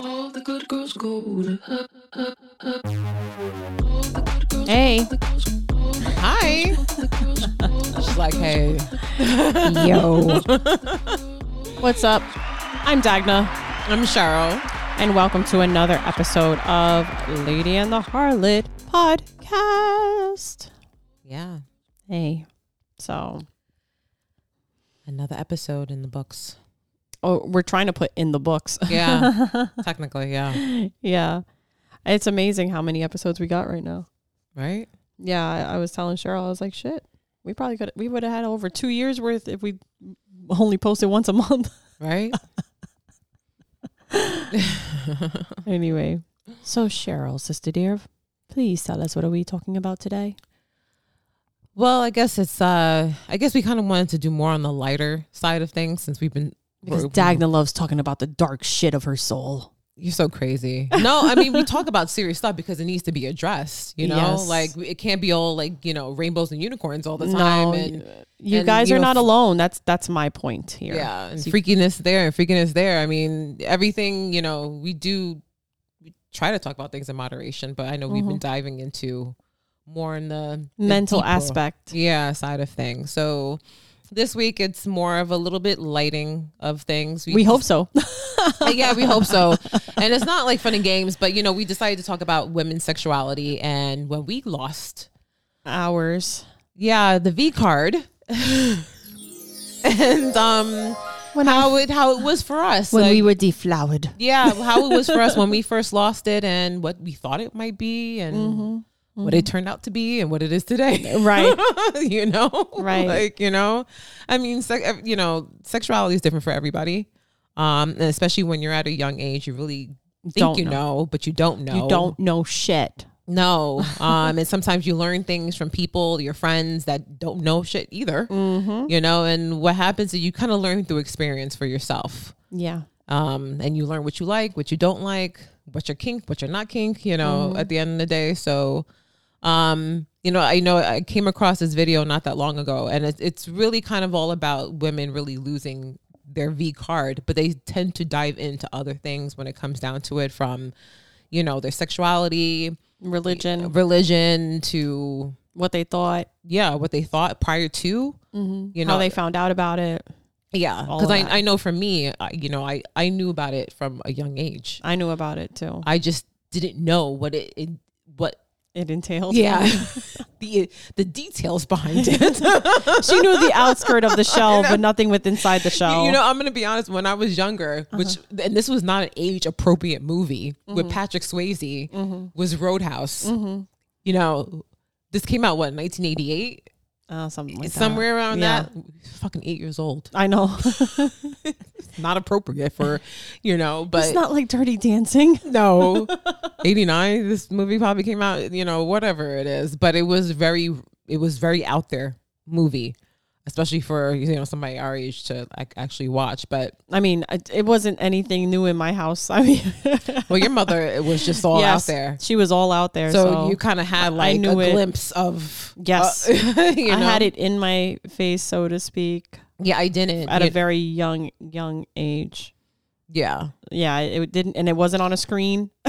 good girls go to hell. Hey. Hi. She's like, hey. Yo. What's up? I'm Dagna, I'm Cheryl. and welcome to another episode of Lady and the Harlot podcast. Yeah. Hey. So, Another episode in the books. oh, we're trying to put in the books. Yeah. Technically, yeah. yeah. It's amazing how many episodes we got right now. Right? Yeah, I, I was telling Cheryl, I was like, shit, we probably could, we would have had over two years worth if we only posted once a month. Right? anyway, so Cheryl, sister dear, please tell us what are we talking about today? well, I guess it's uh I guess we kind of wanted to do more on the lighter side of things since we've been Because we're- Dagna loves talking about the dark shit of her soul. You're so crazy. No, I mean we talk about serious stuff because it needs to be addressed, you know? Yes. Like it can't be all like, you know, rainbows and unicorns all the time and you and, guys you are know, not f- alone. That's that's my point here. Yeah, and So you- freakiness there and freakiness there. I mean, everything, you know, we do we try to talk about things in moderation, but I know we've been diving into more in the the Mm-hmm. mental deeper, aspect. Yeah, side of things. So this week it's more of a little bit lighting of things. We hope so. yeah, we hope so. And it's not like fun and games, but you know, we decided to talk about women's sexuality and when we lost Ours. yeah, the V card. and um When how it how it was for us. like- were deflowered. yeah, how it was for us when we first lost it and what we thought it might be and Mm-hmm, what it turned out to be and what it is today. Right. you know? Right. Like, you know, I mean, sex, ev- you know, sexuality is different for everybody. Um, and especially when you're at a young age, you really think Don't you know. but you don't know. You don't know shit. know. Um, and sometimes you learn things from people, your friends that don't know shit either, you know, and what happens is you kind of learn through experience for yourself Yeah. um, and you learn what you like, what you don't like, what you're kink, what you're not kink. You know, at the end of the day. So, um, you know, I know I came across this video not that long ago, and it's it's really kind of all about women really losing their V card, but they tend to dive into other things when it comes down to it, from you know their sexuality, Religion, religion to what they thought, yeah what they thought prior to you know how they found out about it. Mm-hmm. yeah all because of I, that. I know for me I, you know I I knew about it from a young age I knew about it too. I just didn't know what it, it what It entailed. yeah the the details behind it. she knew the outskirt of the shell, but nothing with inside the shell. You know, I'm gonna be honest. When I was younger, which and this was not an age appropriate movie with Patrick Swayze was Roadhouse. You know, this came out what 1988 Uh, something like that. somewhere around Yeah. that. Fucking eight years old, I know. not appropriate for you know. But it's not like dirty dancing. no 89 this movie probably came out you know whatever it is but it was very it was very out there movie especially for you know somebody our age to like actually watch but I mean, I- it wasn't anything new in my house. I mean, well your mother it was just all yes, out there She was all out there. so, So, you kind of had like knew a it. glimpse of Yes. uh, you I know? had it in my face, so to speak, yeah i didn't at You- a very young, young age. yeah Yeah, it didn't, and it wasn't on a screen.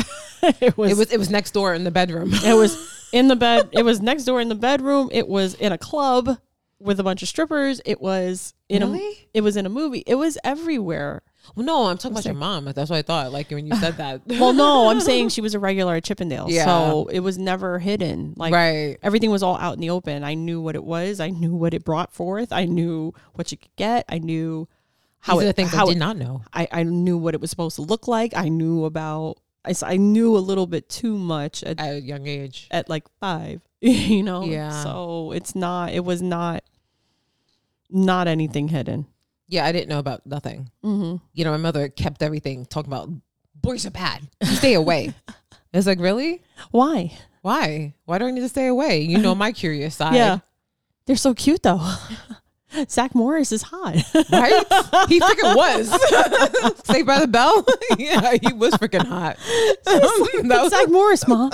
it was. it was it was next door in the bedroom It was in the bed. It was next door in the bedroom. It was in a club with a bunch of strippers. It was in a. Really? It was in a movie. It was everywhere. well, no i'm talking about your mom that's what i thought like when you said that Well, no, I'm saying she was a regular at Chippendale, Yeah. so it was never hidden. Like right everything was all out in the open. I knew what it was. I knew what it brought forth. I knew what you could get. I knew how These are the it, things how i did it- not know I, I knew what it was supposed to look like. I knew about. I, s- I knew a little bit too much at, at a young age at like five. You know. Yeah. So it's not. It was not. Not anything hidden. Yeah, I didn't know about nothing. Mm-hmm. You know, my mother kept everything talking about boys are bad. Stay away. I was like, really? Why? Why? Why do I need to stay away? You know my curious side. yeah. They're so cute though. Zach Morris is hot. Right? He freaking was. Saved by the bell. yeah, he was freaking hot. that was Zach Morris, mom.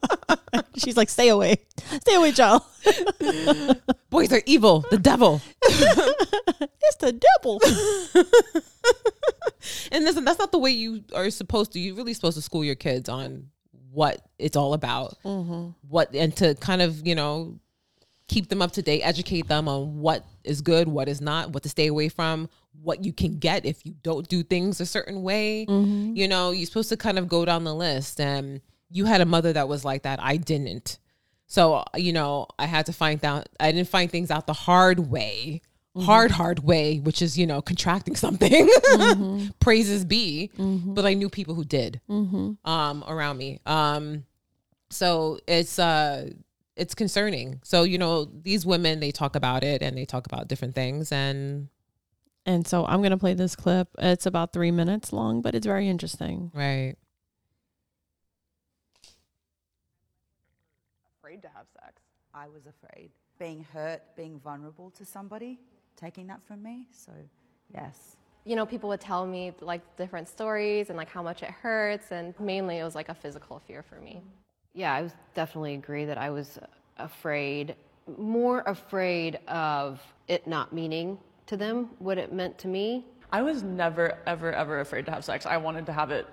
She's like, stay away, stay away, child. boys are evil. The devil. It's the devil. and listen, that's not the way you are supposed to. You're really supposed to school your kids on what it's all about, what and to kind of you know keep them up to date, educate them on what is good, what is not, what to stay away from, what you can get if you don't do things a certain way. You know, you're supposed to kind of go down the list. And you had a mother that was like that. I didn't. So, you know, I had to find out, I didn't find things out the hard way. Hard, hard way, which is, you know, contracting something. Mm-hmm, Praises be. But I knew people who did mm-hmm. um, around me. Um, so it's uh it's concerning so you know these women they talk about it and they talk about different things and And so I'm going to play this clip. It's about three minutes long, but it's very interesting. right afraid to have sex. I was afraid. Being hurt, being vulnerable to somebody, taking that from me. So, yes. you know, people would tell me like different stories and like how much it hurts, and mainly it was like a physical fear for me. Yeah, I was definitely agree that I was afraid, more afraid of it not meaning to them what it meant to me. I was never, ever, ever afraid to have sex. I wanted to have it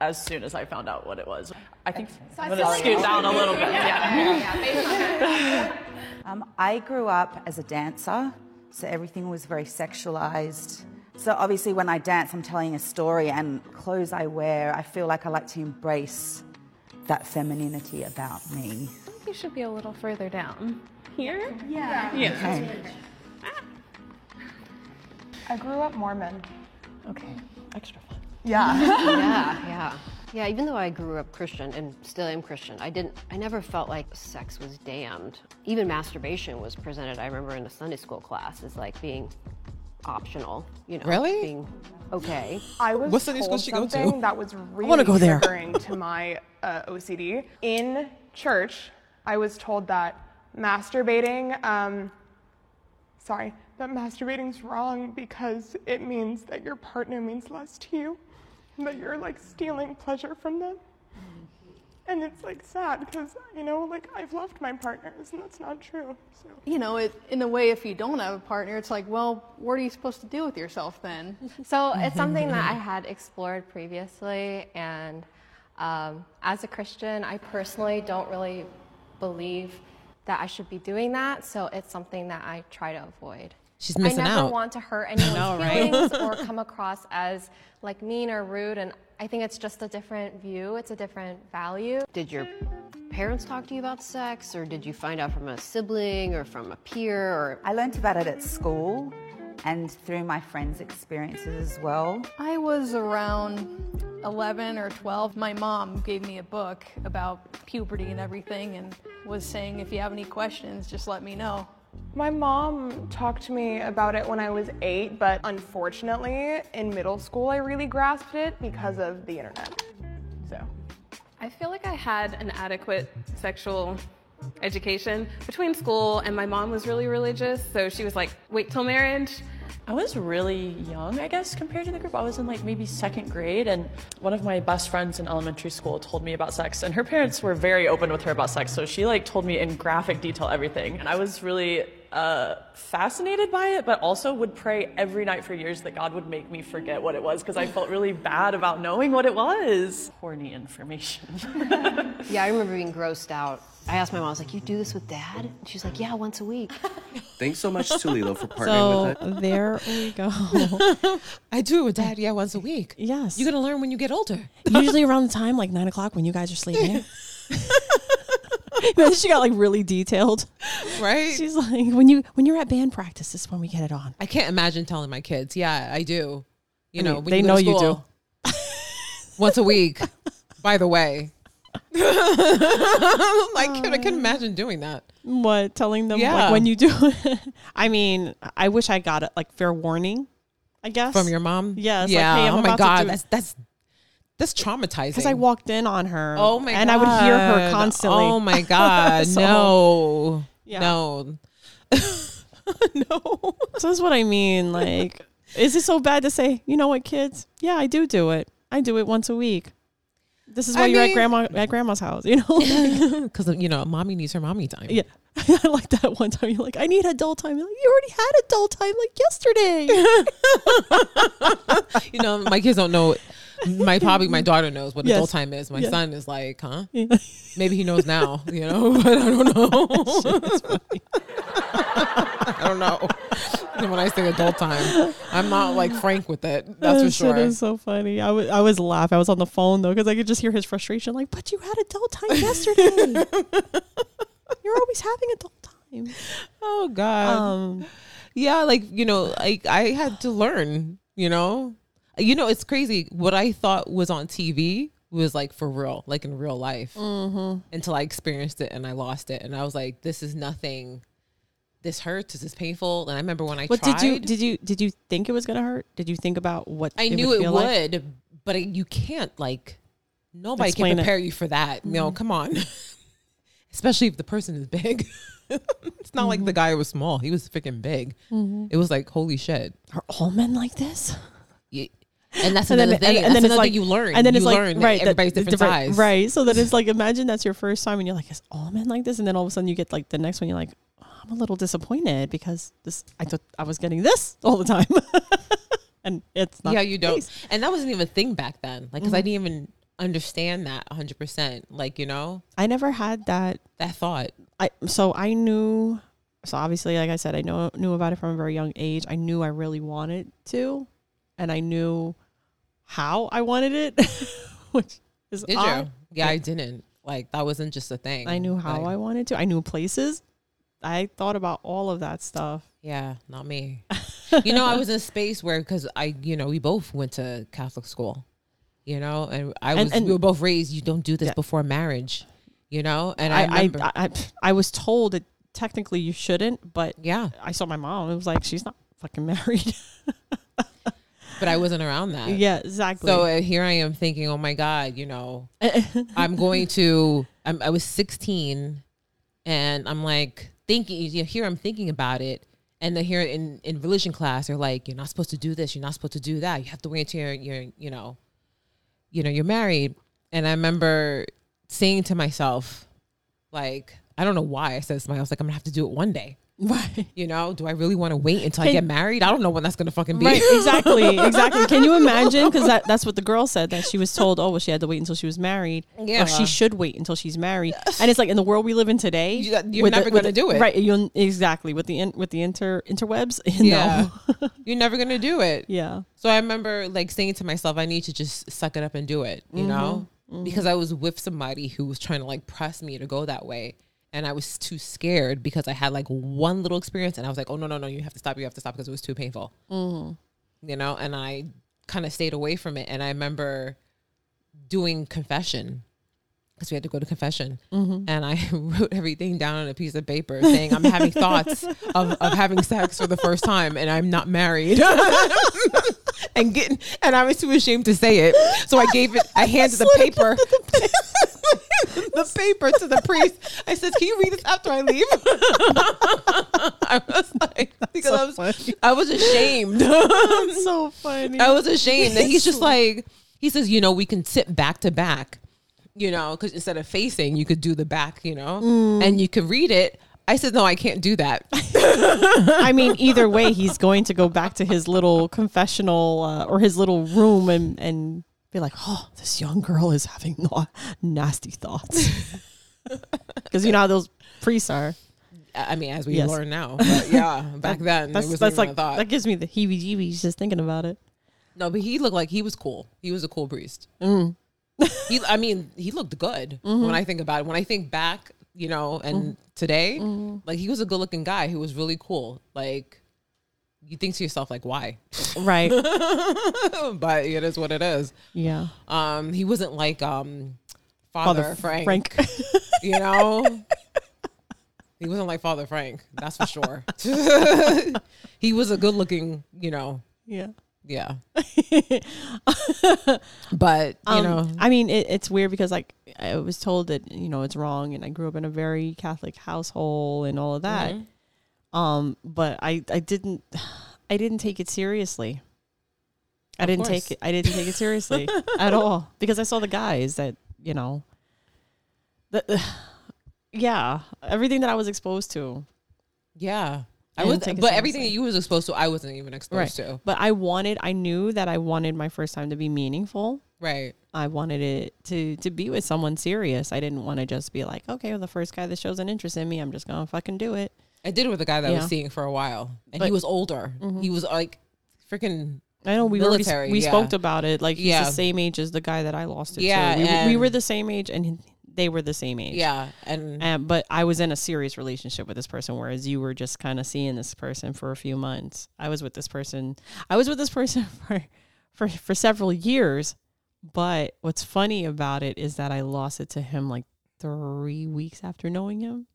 as soon as I found out what it was. I think I'm going to scoot down a little bit. Yeah. Um, I grew up as a dancer, so everything was very sexualized. So, obviously, when I dance, I'm telling a story, and clothes I wear, I feel like I like to embrace that femininity about me. You should be a little further down. Here? Okay. Ah. I grew up Mormon. Okay, extra fun. Yeah, yeah. Yeah, even though I grew up Christian and still am Christian, I didn't I never felt like sex was damned. Even masturbation was presented, I remember in a Sunday school class as like being optional, you know. Really? Being okay. I was What Sunday school told did she go to? something that was really wanna go there. triggering to my uh, OCD. In church, I was told that masturbating, um, sorry, that masturbating's wrong because it means that your partner means less to you, and that you're like stealing pleasure from them. And it's like sad because you know, like I've loved my partners, and that's not true. So. you know, it, in a way, if you don't have a partner, it's like, well, what are you supposed to do with yourself then? So it's something that I had explored previously, and um, as a Christian, I personally don't really believe that I should be doing that. So it's something that I try to avoid. she's missing I never out want to hurt anyone's feelings or come across as like mean or rude. And I think it's just a different view. It's a different value. Did your parents talk to you about sex or did you find out from a sibling or from a peer or I learnt about it at school and through my friends' experiences as well. I was around 11 or 12. My mom gave me a book about puberty and everything and was saying, if you have any questions, just let me know. My mom talked to me about it when I was eight, but unfortunately, in middle school, I really grasped it because of the internet. So, I feel like I had an adequate sexual education between school, and my mom was really religious, so she was like, wait till marriage. I was really young, I guess, compared to the group. I was in like maybe second grade, and one of my best friends in elementary school told me about sex, and her parents were very open with her about sex, so she like told me in graphic detail everything. And I was really uh, fascinated by it, but also would pray every night for years that God would make me forget what it was because I felt really bad about knowing what it was. Horny information. Yeah, I remember being grossed out. I asked my mom, I was like, You do this with dad? And she's like, Yeah, once a week. Thanks so much to Lilo for partnering So with it. there we go. i do it with dad yeah once a week Yes. you're gonna learn when you get older Usually around the time, like nine o'clock when you guys are sleeping. she got like really detailed. right She's like, when you when you're at band practice, this is when we get it on. i can't imagine telling my kids yeah i do you know mean, when they go know to you do. school, once a week by the way like I can, I can imagine doing that What telling them Yeah. like when you do? it. I mean, I wish I got it like fair warning. I guess from your mom Yes, like, yeah hey, I'm oh my about to god do- that's that's that's traumatizing because I walked in on her. Oh my and I god. would hear her constantly. Oh my god. So- no. Yeah. No. no. So that's what I mean. Like, is it so bad to say? You know what, kids? Yeah, I do do it. I do it once a week. This is why I you're at mean- grandma at grandma's house, you know? because you know, mommy needs her mommy time. yeah. I like that one time. You're like, I need adult time. You're like, you already had adult time like yesterday. you know, my kids don't know. My probably my daughter knows what Yes. adult time is. My Yeah. son is like, huh? Yeah. Maybe he knows now. You know, but I don't know. I don't know. And when I say adult time, I'm not like frank with it. That's for That shit sure. is so funny. I was I was laughing. I was on the phone though because I could just hear his frustration. Like, but you had adult time yesterday. You're always having adult time. oh God. Um, yeah like you know like i had to learn you know you know it's crazy what i thought was on tv was like for real like in real life Mm-hmm. until i experienced it and i lost it and i was like this is nothing this hurts this is painful and i remember when i what tried did you did you did you think it was gonna hurt? Did you think about what i knew it would, feel like? but it, you can't like nobody Explain can it. Mm-hmm. prepare you for that no come on especially if the person is big it's not like the Mm-hmm. guy was small he was freaking big it was like holy shit Are all men like this? Yeah. And that's And then, another thing. and, and then that's it's another like thing you learn. and then it's you like learn that right, that- everybody's different, size. right? So then it's like imagine that's your first time, and you're like, is all men like this? And then all of a sudden you get like the next one, you're like, oh, I'm a little disappointed because this I thought I was getting this all the time, and it's not yeah, the you don't. case. And that wasn't even a thing back then. Like, because I Mm-hmm. didn't even understand that 100%. Like, you know, I never had that that thought. I so I knew so obviously like I said I know knew about it from a very young age. I knew I really wanted to and I knew how I wanted it which is Did odd. you? Yeah, I didn't. Like, that wasn't just a thing. I knew how I Like, wanted to. I knew places. I thought about all of that stuff. Yeah, not me. you know, I was in a space where, because I, you know, we both went to Catholic school, you know, and I was, And- and- we were both raised, you don't do this Yeah. before marriage, you know? And I I, I, remember, I, I I was told that technically you shouldn't, but yeah, I saw my mom. It was like she's not fucking married. but I wasn't around that. yeah, exactly. So uh, here I am thinking, oh my God, you know, I'm going to, I'm, I was 16 and I'm like thinking, you know, here I'm thinking about it. And then here in, in religion class, they're like, you're not supposed to do this. You're not supposed to do that. You have to wait until you're, you're you know, you know, you're married. And I remember saying to myself, like, I don't know why I said this to myself. I was like, I'm gonna have to do it one day. right. You know, do I really want to wait until I get married? I don't know when that's gonna fucking be. Right, exactly, exactly. Can you imagine? Because that, that's what the girl said that she was told. Oh, well, she had to wait until she was married. Yeah. or she should wait until she's married. And it's like in the world we live in today, You- you're with never with gonna do it. right? You exactly with the in, with the inter interwebs. Yeah. Yeah, You're never gonna do it. yeah. So I remember like saying to myself, I need to just suck it up and do it, you know? Because I was with somebody who was trying to like press me to go that way. And I was too scared because I had like one little experience and I was like, oh, no, no, no, you have to stop. You have to stop because it was too painful, you know? And I kind of stayed away from it. And I remember doing confession because we had to go to confession. And I wrote everything down on a piece of paper saying, I'm having thoughts of, of having sex for the first time and I'm not married. and getting, and I was too ashamed to say it. So I gave it, I handed the paper. The paper to the priest. I said, "Can you read this after I leave?" I was like, because I was, I was ashamed. So funny. I was ashamed that he's just like he says, you know, we can sit back to back, you know, because instead of facing, you could do the back, you know, Mm. and you could read it. I said, no, I can't do that. I mean, either way, he's going to go back to his little confessional uh, or his little room and and be like, "Oh, this young girl is having na- nasty thoughts," because you know how those priests are. I I mean, as we Yes. learn now, but yeah, back then it That's was that's like like thought. that gives me the heebie-jeebies just thinking about it. no, but he looked like he was cool. He was a cool priest. he, I mean, he looked good when I think about it. When I think back, you know, and today, like he was a good-looking guy who was really cool. Like you think to yourself, like why? Right. but it is what it is. yeah. Um, he wasn't like um Father, Frank, Frank. you know. he wasn't like Father Frank, that's for sure. he was a good looking, you know, yeah. yeah. but you Um, know, I mean, it, it's weird because like I was told that you know it's wrong, and I grew up in a very Catholic household and all of that. Um, but I I didn't I didn't take it seriously. I didn't take it, I didn't take it seriously at all because I saw the guys that you know. The, yeah, everything that I was exposed to, Yeah. I And was, take it but everything that seriously. you was exposed to, I wasn't even exposed to. But I wanted, I knew that I wanted my first time to be meaningful. Right. I wanted it to to be with someone serious. I didn't want to just be like, okay, well, the first guy that shows an interest in me, I'm just gonna fucking do it. I did it with a guy that I Yeah. was seeing for a while, and he But- Mm-hmm. was older. He was like freaking I know we Military, already, we yeah. spoke about it. Like he's Yeah. the same age as the guy that I lost it Yeah, to. We, were- we and- were the same age, and he- they were the same age. yeah, and Um, but I was in a serious relationship with this person, whereas you were just kind of seeing this person for a few months. I was with this person. I was with this person for for for several years. But what's funny about it is that I lost it to him like three weeks after knowing him,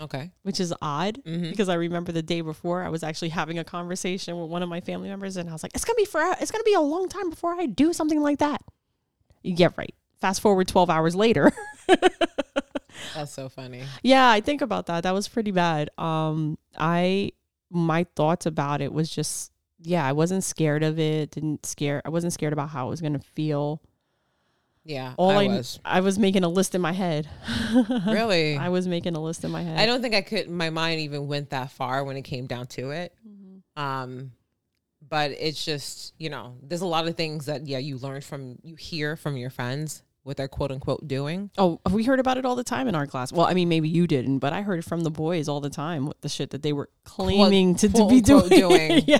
okay, which is odd Mhm. because I remember the day before I was actually having a conversation with one of my family members, and I was like, "It's gonna be for it's gonna be a long time before I do something like that." Yeah, right. Fast forward twelve hours later. that's so funny. Yeah, I think about that. That was pretty bad. Um, I my thoughts about it was just yeah, I wasn't scared of it. Didn't scare. I wasn't scared about how it was gonna feel. Yeah, All I I kn- was I was making a list in my head. really. I was making a list in my head. I don't think I could. My mind even went that far when it came down to it. Mm-hmm. Um, but it's just you know, there's a lot of things that yeah you learn from you hear from your friends what they're quote unquote doing. Oh, we heard about it all the time in our class. Well, I mean, maybe you didn't, but I heard it from the boys all the time. What the shit that they were claiming to, to quote be doing. unquote doing. yeah,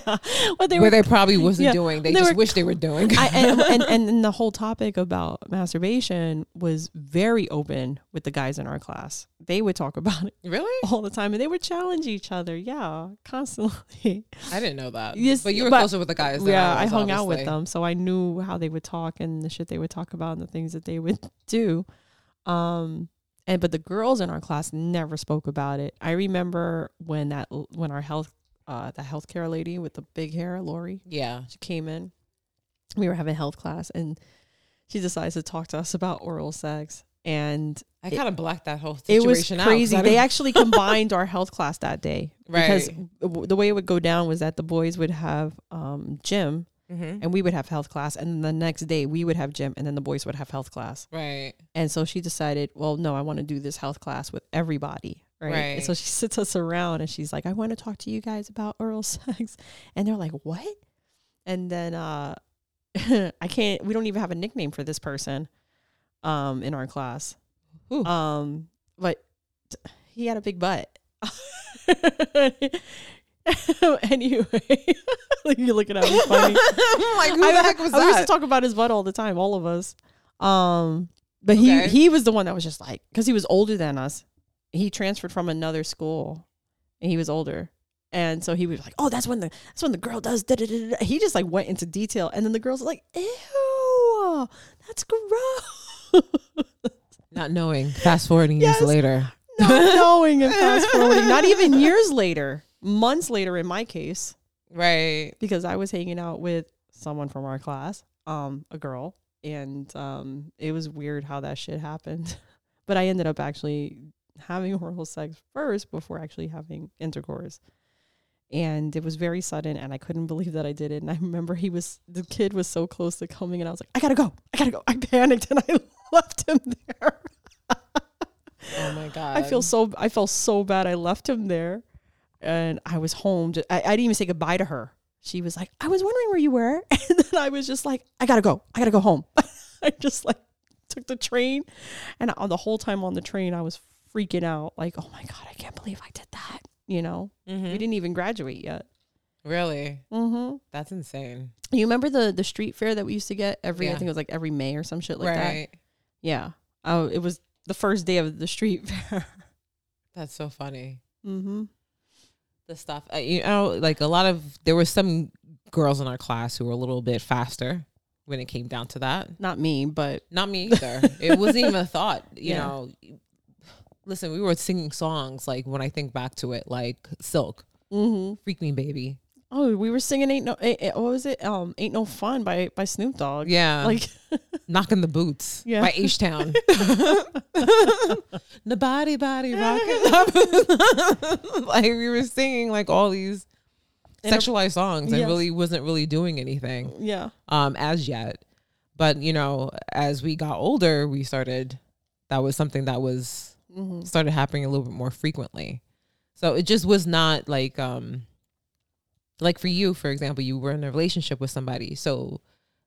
what they Where were they probably wasn't yeah, doing. They, they just were wish they were doing. I, and, and, and and the whole topic about masturbation was very open with the guys in our class. They would talk about it really? all the time, and they would challenge each other. Yeah, constantly. I didn't know that. Yes, but you were but- closer with the guys. than yeah, I, was, hung out with obviously. them, so I knew how they would talk and the shit they would talk about and the things that they would do. Um, and but the girls in our class never spoke about it. I remember when that when our health uh the healthcare lady with the big hair, Lori, Yeah. she came in. We were having health class, and she decides to talk to us about oral sex. And I kind of blacked that whole it situation was out 'cause crazy. I They didn't- actually combined our health class that day because Right. w- the way it would go down was that the boys would have um, gym, Mm-hmm. and we would have health class, and the next day we would have gym, and then the boys would have health class. right. And so she decided, well, no, I want to do this health class with everybody. Right. And so Right. she sits us around and she's like, I want to talk to you guys about oral sex. And they're like, what? And then uh, I can't, we don't even have a nickname for this person um, in our class. Who? Um, but t- he had a big butt. anyway, like you're looking at me funny. I'm like, who I, the heck was I- we used to that? talk about his butt all the time, all of us. Um, but Okay. he he was the one that was just like because he was older than us. He transferred from another school, and he was older, and so he was like, "Oh, that's when the that's when the girl does." Da, da, da, da. He just like went into detail, and then the girls were like, "Ew, that's gross." Not knowing. Fast forwarding Yes. years later. Not knowing and fast forwarding, not even years later, months later in my case, Right. because I was hanging out with someone from our class, um, a girl, and um, it was weird how that shit happened. But I ended up actually having oral sex first before actually having intercourse. And it was very sudden, and I couldn't believe that I did it. And I remember he was the kid was so close to coming, and I was like, I gotta go, I gotta go. I panicked and I left him there. Oh my god. I feel so I felt so bad. I left him there, and I was home. ju- I, I didn't even say goodbye to her. She was like, "I was wondering where you were," and then I was just like, "I gotta go. I gotta go home." I just like took the train, and on the whole time on the train, I was freaking out. Like, "Oh my god, I can't believe I did that." You know, Mm-hmm. we didn't even graduate yet. Really? Mm-hmm. That's insane. You remember the the street fair that we used to get every? I Yeah. think it was like every May or some shit like that. right. Yeah. Oh, it was the first day of the street fair. That's so funny. mm-hmm. The stuff uh, you know, like a lot of there were some girls in our class who were a little bit faster when it came down to that. Not me, but Not me either. it wasn't even a thought. You Yeah. know. Listen, we were singing songs like when I think back to it, like Silk, Mm-hmm. Freak Me Baby. Oh, we were singing "Ain't No," ain't, ain't- what was it? Um, "Ain't No Fun" by by Snoop Dogg. Yeah. like Knocking the Boots Yeah. by H Town. the body body rocking. like we were singing like all these sexualized songs and Yes. really wasn't really doing anything Yeah. um as yet but you know as we got older we started that was something that was Mm-hmm. started happening a little bit more frequently so it just was not like um like for you for example you were in a relationship with somebody so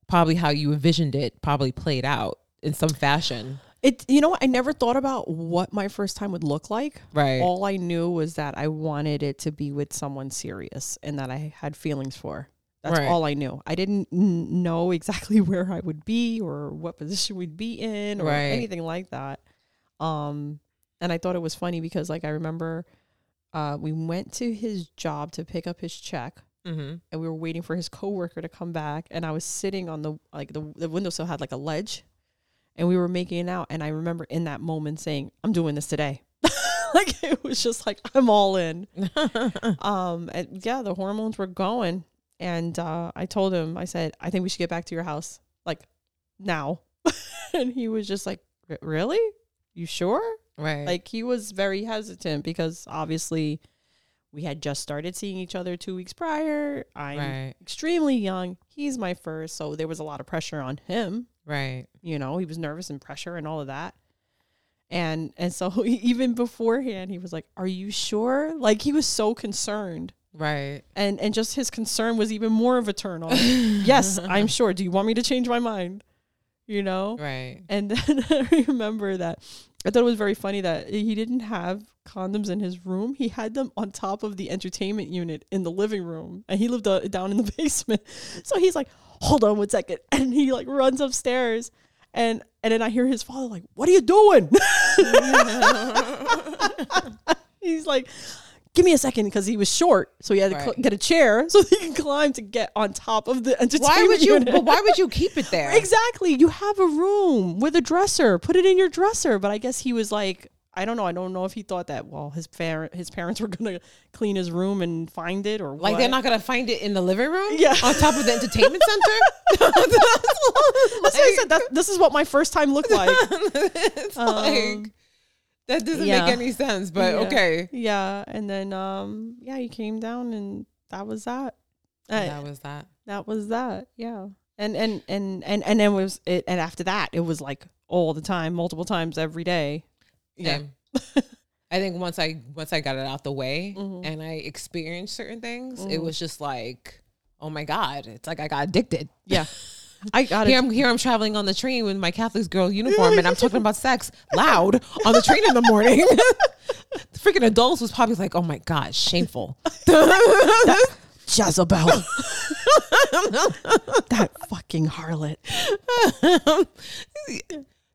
probably how you envisioned it probably played out in some fashion It you know what? I never thought about what my first time would look like. Right. All I knew was that I wanted it to be with someone serious and that I had feelings for. That's Right. all I knew. I didn't n- know exactly where I would be or what position we'd be in or Right. anything like that. Um and I thought it was funny because like I remember uh we went to his job to pick up his check mm-hmm. and we were waiting for his coworker to come back and i was sitting on the like the, the windowsill had like a ledge and we were making it out and i remember in that moment saying i'm doing this today like it was just like i'm all in um and yeah the hormones were going and uh i told him i said i think we should get back to your house like now and he was just like "R- really you sure right like he was very hesitant because obviously we had just started seeing each other two weeks prior. I'm Right. extremely young. He's my first, so there was a lot of pressure on him. right You know, he was nervous and pressure and all of that. And and so he- even beforehand, he was like, "Are you sure?" Like he was so concerned, right and and just his concern was even more of a turn on. yes, I'm sure. Do you want me to change my mind? You know, right and then I remember that I thought it was very funny that he didn't have condoms in his room. He had them on top of the entertainment unit in the living room, and he lived uh, down in the basement. So he's like, "Hold on one second. and he like runs upstairs, and and then I hear his father like, "What are you doing?" he's like. Give me a second because he was short, so he had to cl- Right. get a chair so he could climb to get on top of the entertainment. why would you unit. but why would you keep it there Exactly. You have a room with a dresser. Put it in your dresser. But I guess he was like, I don't know. I don't know if he thought that. Well, his parent, his parents were gonna clean his room and find it, or Like what. they're not gonna find it in the living room, Yeah. on top of the entertainment center. That's what I said. That, this is what my first time looked like. It's like that doesn't Um, yeah. make any sense. But Yeah. okay, Yeah, and then um, yeah, he came down, and that was that. Uh, that was that. that was that yeah and and and and and then was it and after that it was like all the time multiple times every day Yeah. I think once I once I got it out the way Mm-hmm. and I experienced certain things, it was just like, oh my god, it's like I got addicted. yeah i got Here it I'm here I'm traveling on the train with my Catholic girl uniform and I'm talking about sex loud on the train in the morning. the freaking adults was probably like, oh my god, shameful. jezebel that fucking harlot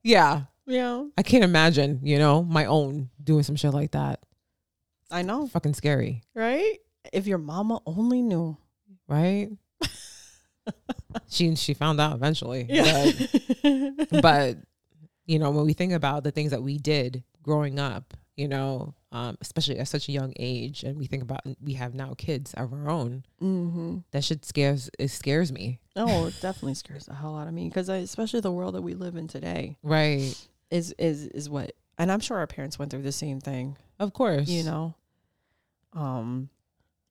yeah. yeah I can't imagine, you know, my own doing some shit like that. i know Fucking scary, right if your mama only knew right? she she found out eventually. But, but, you know, when we think about the things that we did growing up, you know, um, especially at such a young age, and we think about we have now kids of our own. mm-hmm. That shit scares it scares me, oh it definitely scares the hell out of me because especially the world that we live in today right? is is is what and i'm sure our parents went through the same thing Of course, you know um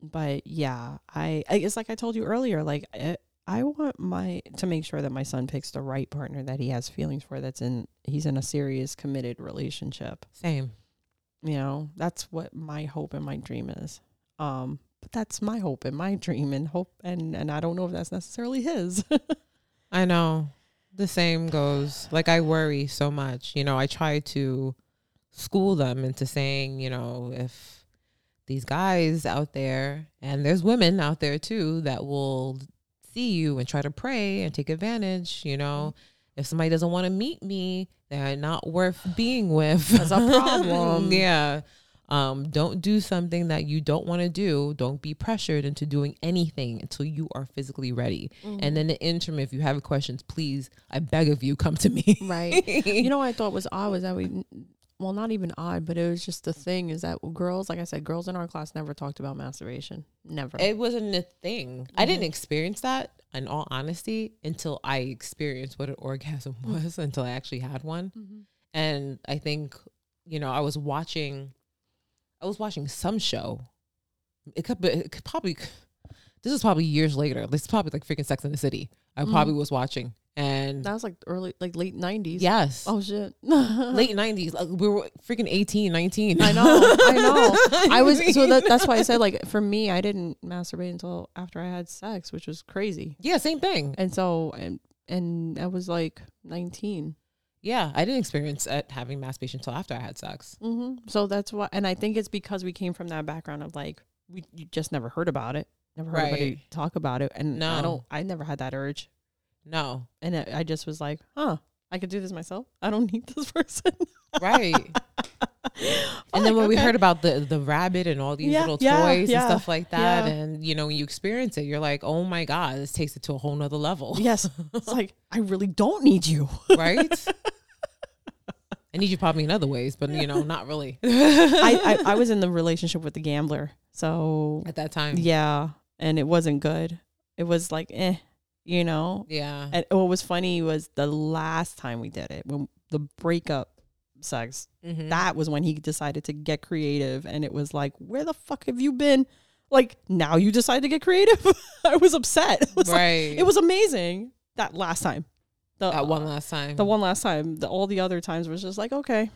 but yeah i, I it's like i told you earlier like I, I want my to make sure that my son picks the right partner that he has feelings for that's in he's in a serious committed relationship Same, you know that's what my hope and my dream is um but that's my hope and my dream and hope and and i don't know if that's necessarily his I know. The same goes. Like I worry so much. You know, I try to school them into saying, you know, if these guys out there and there's women out there too that will see you and try to pray and take advantage, you know. Mm-hmm. If somebody doesn't want to meet me, they're not worth being with. That's a problem. yeah. Um, don't do something that you don't want to do. Don't be pressured into doing anything until you are physically ready. Mm-hmm. And in the interim, if you have questions, please, I beg of you, come to me. Right. you know what I thought was odd was that we, well, not even odd, but it was just the thing is that girls, like I said, girls in our class never talked about masturbation. Never. It wasn't a thing. I Mm-hmm. didn't experience that, in all honesty, until I experienced what an orgasm was, until I actually had one. Mm-hmm. And I think, you know, I was watching, I was watching some show. It could, be- it could probably, This is probably years later. This is probably like freaking Sex in the City. I probably was watching and Mm-hmm. That was like early, like late nineties. yes, Oh shit. late nineties. Like we were freaking 18, 19. I know. I know. I was so that, that's why I said like for me, I didn't masturbate until after I had sex, which was crazy. Yeah, same thing. And so and and I was like nineteen. Yeah, I didn't experience at having masturbation until after I had sex. Mm-hmm. So that's why, and I think it's because we came from that background of like we you just never heard about it, never heard anybody Right. talk about it, and I No. don't, I never had that urge, No, and I, I just was like, huh, I could do this myself. I don't need this person. right. Oh and then Fuck, when we okay. heard about the the rabbit and all these Yeah, little yeah, toys yeah, and stuff like that, yeah. and you know when you experience it, you're like, oh my god, this takes it to a whole nother level, yes, it's like I really don't need you. right? I need you probably in other ways, but you know, not really I, I I was in the relationship with the gambler, so at that time. yeah, and it wasn't good. It was like eh, you know, yeah, And what was funny was the last time we did it, when the breakup sex, Mm. Mm-hmm. that was when he decided to get creative. And it was like, where the fuck have you been? Like, now you decide to get creative? I was upset. It was like- Right. it was amazing that last time. The, that one last time. the one last time. The, all the other times was just like, okay,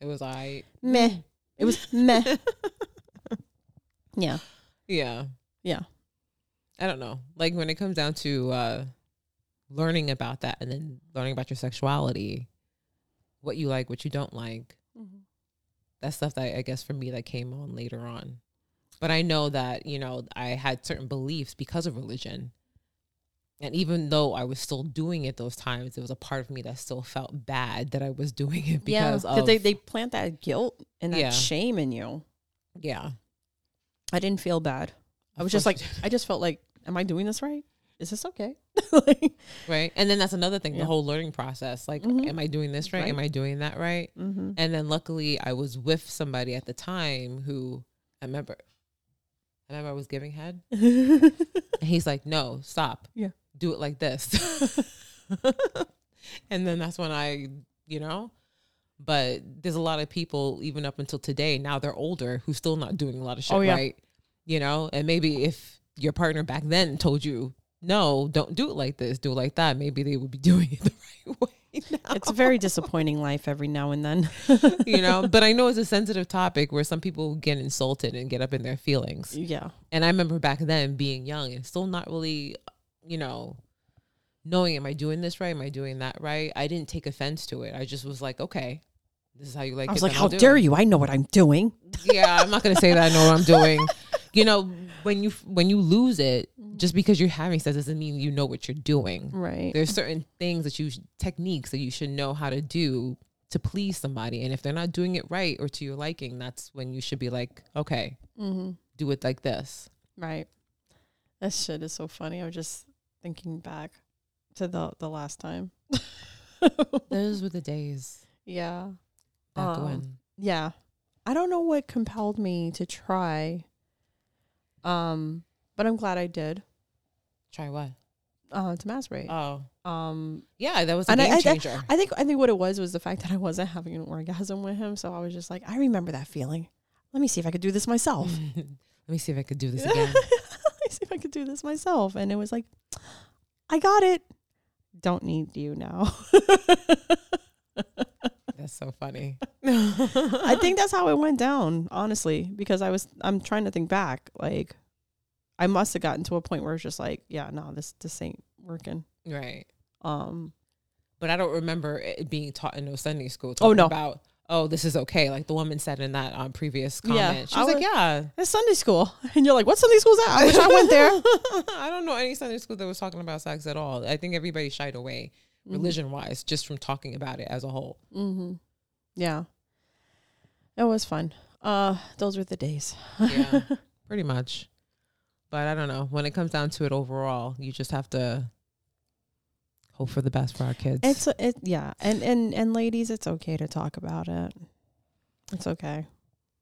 it was I. meh. It was meh. Yeah. Yeah, Yeah. I don't know. Like when it comes down to uh learning about that and then learning about your sexuality, what you like, what you don't like. Mm-hmm. That's stuff that I guess for me that came on later on. But I know that, you know, I had certain beliefs because of religion. And even though I was still doing it those times, there was a part of me that still felt bad that I was doing it because Because of they, they plant that guilt and that Yeah. shame in you. yeah. I didn't feel bad. I Of was just course like, I just felt like, am I doing this right? Is this okay? like, Right. And then that's another thing, Yeah. the whole learning process. Like, Mhm. am I doing this right? Am Right. I doing that right? mm-hmm. And then luckily I was with somebody at the time who I remember I remember I was giving head. and he's like, No, stop. Yeah. Do it like this. and then that's when I, you know. But there's a lot of people, even up until today, now they're older, who's still not doing a lot of shit Oh, yeah. right. You know, and maybe if your partner back then told you, No, don't do it like this, do it like that, maybe they would be doing it the right way now it's a very disappointing life every now and then. you know but i know it's a sensitive topic where some people get insulted and get up in their feelings yeah. and i remember back then being young and still not really you know knowing am i doing this right am i doing that right i didn't take offense to it i just was like okay this is how you like I was it like, then how I'll do dare it." you? I know what I'm doing. yeah i'm not gonna say that i know what i'm doing you know when you when you lose it just because you're having sex doesn't mean you know what you're Mm. doing Right. there's certain things that you sh- techniques that you should know how to do to please somebody and if they're not doing it right or to your liking that's when you should be like okay Mm-hmm. do it like this Right. That shit is so funny. I was just thinking back to the, the last time. those were the days yeah. back Um, when Yeah. I don't know what compelled me to try. Um, but I'm glad I did try what uh, to masturbate. oh um, yeah that was a and I, game I, changer I, I think I think what it was was the fact that I wasn't having an orgasm with him, so I was just like, I remember that feeling. Let me see if I could do this myself. Mm, let me see if i could do this Let me again see if I could do this myself, and it was like, I got it. Don't need you now. that's so funny I think that's how it went down, honestly, because I was I'm trying to think back, like I must have gotten to a point where it's just like, yeah, no, this this ain't working. right Um, but I don't remember it being taught in no Sunday school. Oh, talking no. about oh this is okay. Like the woman said in that um, previous Yeah, comment, she was I was- like, yeah, it's Sunday school, and you're like, what Sunday school's that? I wish I went there. Mm-hmm. I don't know any Sunday school that was talking about sex at all. I think everybody shied away religion wise just from talking about it as a whole. Mm-hmm. Yeah. It was fun. Uh, those were the days. Yeah, pretty much. But I don't know. When it comes down to it, overall, you just have to hope for the best for our kids. It's it yeah, and and and ladies, it's okay to talk about it. It's okay.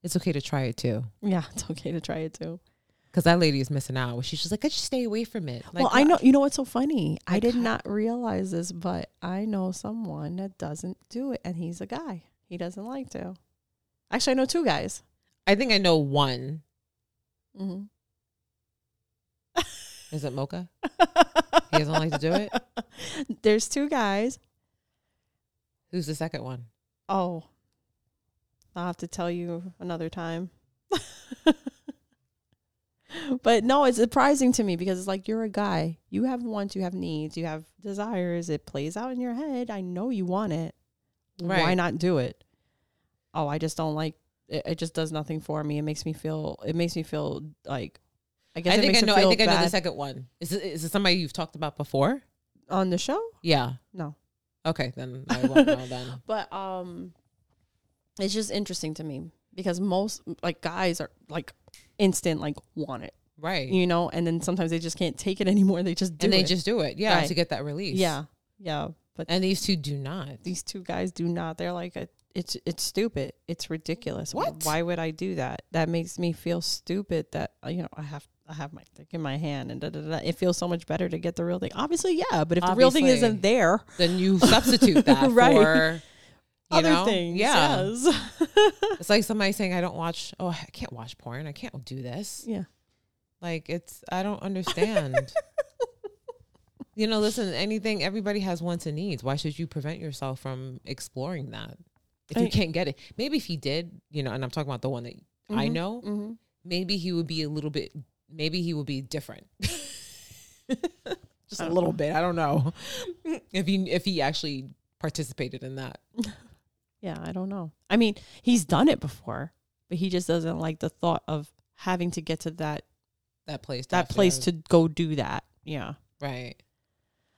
it's okay to try it too. Yeah, it's okay to try it too. Because that lady is missing out. She's just like, I just stay away from it. Like, well, I what- know you know what's so funny. I Like did how- not realize this, but I know someone that doesn't do it, and he's a guy. He doesn't like to. Actually, I know two guys. I think I know one. Mm-hmm. Is it Mocha? he doesn't like to do it. There's two guys. Who's the second one? Oh, I'll have to tell you another time. but no, it's surprising to me because it's like you're a guy. You have wants, you have needs, you have desires. It plays out in your head. I know you want it. Why Right. not do it? Oh, I just don't like it. It just does nothing for me. It makes me feel. It makes me feel like. I guess I it think I makes it know. I feel think I know the bad. second one. Is it, is it somebody you've talked about before? on the show. Yeah. No. Okay, then I won't know then. But um it's just interesting to me because most like guys are like instant like want it, Right. you know, and then sometimes they just can't take it anymore. They just do and they it. just do it, yeah, Right. to get that release. Yeah. Yeah, but And these two do not. these two guys do not. They're like a, it's it's stupid. It's ridiculous. What? Why would I do that? That makes me feel stupid that uh, you know, I have I have my dick in my hand and da, da, da. da. it feels so much better to get the real thing. Obviously, yeah, but if the real thing Obviously. isn't there, Then you substitute that Right. for you other know? things. Yeah. Yes. It's like somebody saying, I don't watch, oh, I can't watch porn. I can't do this. yeah. Like, it's, I don't understand. you know, listen, anything, everybody has wants and needs. Why should you prevent yourself from exploring that? If you I- can't get it, maybe if he did, you know, and I'm talking about the one that I Mm-hmm. know, maybe he would be a little bit, maybe he would be different. Just a little bit. I don't know if he if he actually participated in that. Yeah, I don't know. I mean, he's done it before, but he just doesn't like the thought of having to get to that that place to that have place go. to go do that. Yeah. right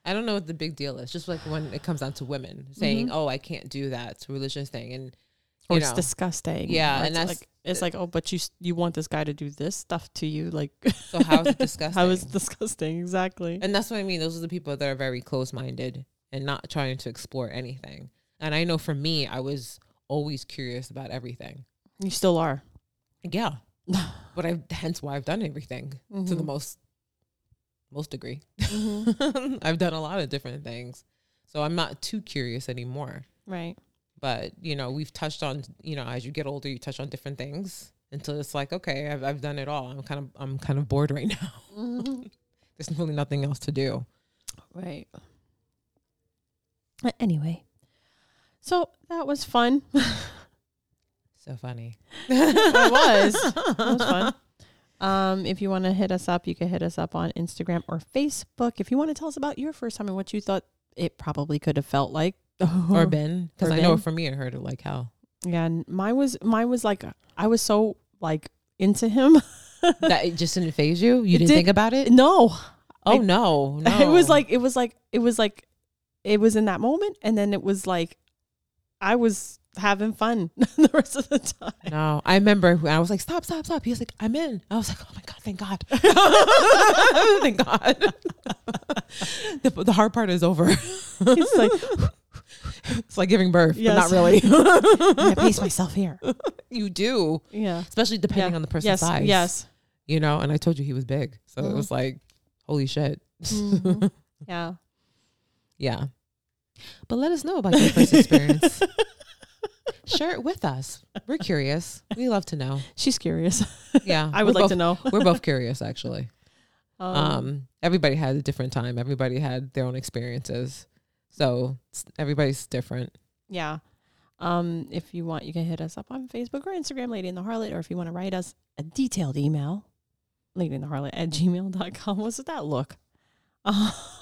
i don't know what the big deal is just like when it comes down to women saying Mm-hmm. oh i can't do that it's a religious thing and Or you it's know, disgusting. Yeah, Or and it's that's- like it's like, oh, but you s- you want this guy to do this stuff to you, like so how is it how is disgusting it disgusting? Exactly. and that's what i mean those are the people that are very close-minded and not trying to explore anything and i know for me i was always curious about everything you still are. yeah but i hence why i've done everything to the most most degree i've done a lot of different things so i'm not too curious anymore Right. but you know we've touched on you know as you get older you touch on different things until it's like okay i've, I've done it all i'm kind of i'm kind of bored right now Mm-hmm. there's really nothing else to do Right. But anyway. So that was fun. so funny it was. It was fun. Um, if you want to hit us up, you can hit us up on Instagram or Facebook. If you want to tell us about your first time and what you thought it probably could have felt like, or ben because Or i know Ben. for me it hurt like hell yeah, and mine was mine was like I was so like into him. that it just didn't phase you you didn't did- think about it no, oh I- no no it was like it was like it was like it was in that moment, and then it was like I was having fun the rest of the time. no i remember when i was like stop stop stop he was like i'm in i was like oh my god thank god thank god the, the hard part is over It's like it's like giving birth Yes. but not really I pace myself here. you do, Yeah. especially depending Yeah. on the person's yes, size. Yes. Mm-hmm. you know. And I told you he was big, so it was like, holy shit, Yeah. yeah. But let us know about your first experience. Share it with us. We're curious. We love to know. She's curious. Yeah, I would we're like to both- know. We're both curious, actually. Um, Um, everybody had a different time. Everybody had their own experiences, so s- everybody's different. yeah. Um, if you want, you can hit us up on Facebook or Instagram, Lady in the Harlot, or if you want to write us a detailed email, Lady in the Harlot at gmail.com. What's with that look? No,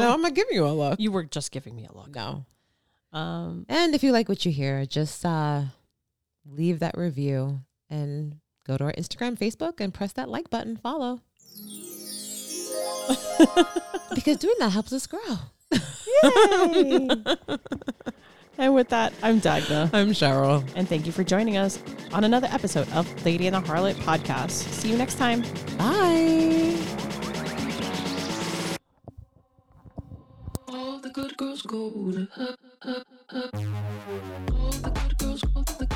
I'm not giving you a look. you were just giving me a look. No. Um, And if you like what you hear, just uh, leave that review and go to our Instagram, Facebook, and press that like button, follow. because doing that helps us grow. and with that, I'm Dagna. I'm Cheryl. And thank you for joining us on another episode of Lady in the Harlot podcast. See you next time. Bye. All the good girls go to hell. All the good girls go to